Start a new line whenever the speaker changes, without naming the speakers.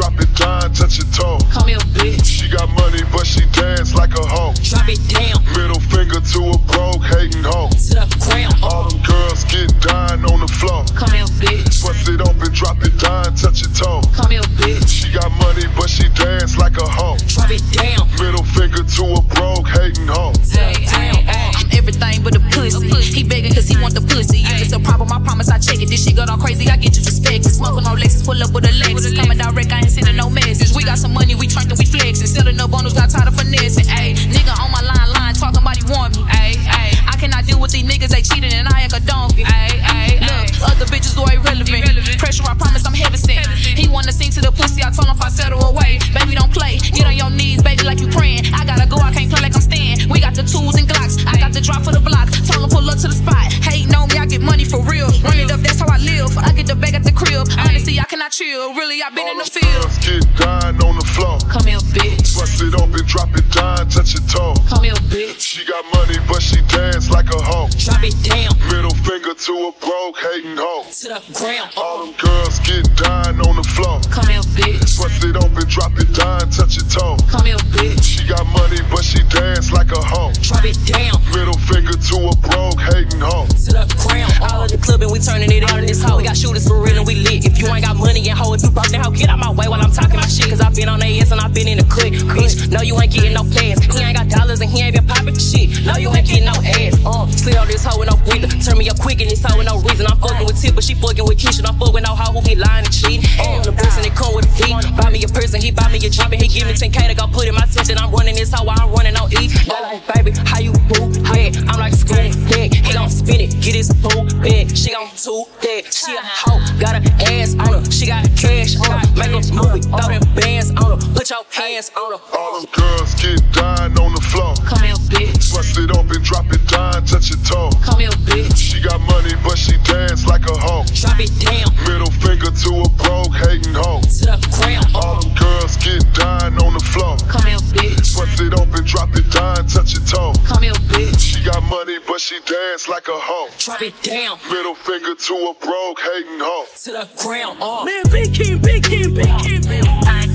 line, touch your toe.
Call me a bitch.
She got money, but she dance like a hoe.
Drop it down
Middle finger to a broke, hating hoe.
to the ground. Oh,
All them girls get dying on the floor.
Call me a bitch.
Bust it open, drop it down, touch your toe.
Call me a bitch.
She got money, but she dance like a hoe.
Drop it down.
Middle finger to a broke, hating hoe.
I'm everything but a pussy. He begging cause he want the pussy. If it's a problem, I promise I check it. This shit got all crazy, I get you suspected. Smoking on Lexus, pull up with a Lexus. Coming direct, I ain't sending no message. We got some money, we drinking, we flexing. Selling up bonus, got tired of finessing. Ayy, nigga on my line, line, talking about he want me. Ayy, ayy. I cannot deal with these niggas, they cheating and I act a donkey.
Oh,
Ayy, ayy. Look, other bitches are irrelevant. Pressure, I promise I'm heaven sent. He wanna sing to the pussy, I told him falsetto away. Baby, don't play. Get on your knees, baby, like you praying. I gotta go, I can't play like I'm staying. We got the tools and Glocks. I got the drop for the block. Told him pull up to the spot. Hating on me, I get money for real. Run it up, that's how I live. I get the bag at the crib. Honestly, I cannot chill. Really, i been in the field.
Girls get dying on the floor.
Call me a bitch.
Bust it open, drop it down, touch your toe.
Call me a bitch.
She got money, but she dance like a hoe.
Drop it down
Middle finger to a broke, hating hoe.
to the ground. Oh,
All them girls get dying on the floor.
Call me a bitch.
Bust it open, drop it down, touch your toe.
Call me a bitch.
She got money, but she dance like a hoe.
Drop it down
Middle finger to a broke, hating hoe.
to the ground.
All of the club and we turning it out in this hoe. We got shooters for real and we lit. If you ain't got money and hoe, if you broke that hoe, get out my way while I'm talking my shit. Cause I've been on AS and I've been in the cut. Bitch, no, you ain't getting no plans. He ain't got dollars and he ain't been popping shit. No, you ain't getting no ass. Uh, slid on this hoe with no breather. Turn me up quick and this hoe with no reason. I'm fucking with Tip, but she fucking with Keisha. I'm fucking with no hoe who be lying and cheating. Uh, the person that come with a feet. Buy me a person, he buy me a drop and he give me 10K to go put in my tension. I'm running this hoe while I'm running on E. They like, baby, how you boo? Wet. I'm like, screw that. He gon' spin it, get his boo back. She gon' do that. She a hoe, got her ass on her. She got cash on her. Make a movie, throw them bands on her. Put your hands on her.
All them girls get dying on the floor.
Call me a bitch.
Bust it open, drop it down, touch your toe.
Call me a bitch.
She got money, but she dance like a hoe.
Drop it down
Middle finger to a broke, hating hoe.
to the ground. uh,
All them girls get dying on the floor.
Call me a bitch.
Bust it open, drop it down, touch your toe.
Call me a bitch.
She got money, but she dance like a hoe.
Drop it down
Middle finger to a broke, hating hoe.
to the ground. Uh.
Man, big king, big king, big king, big king.
I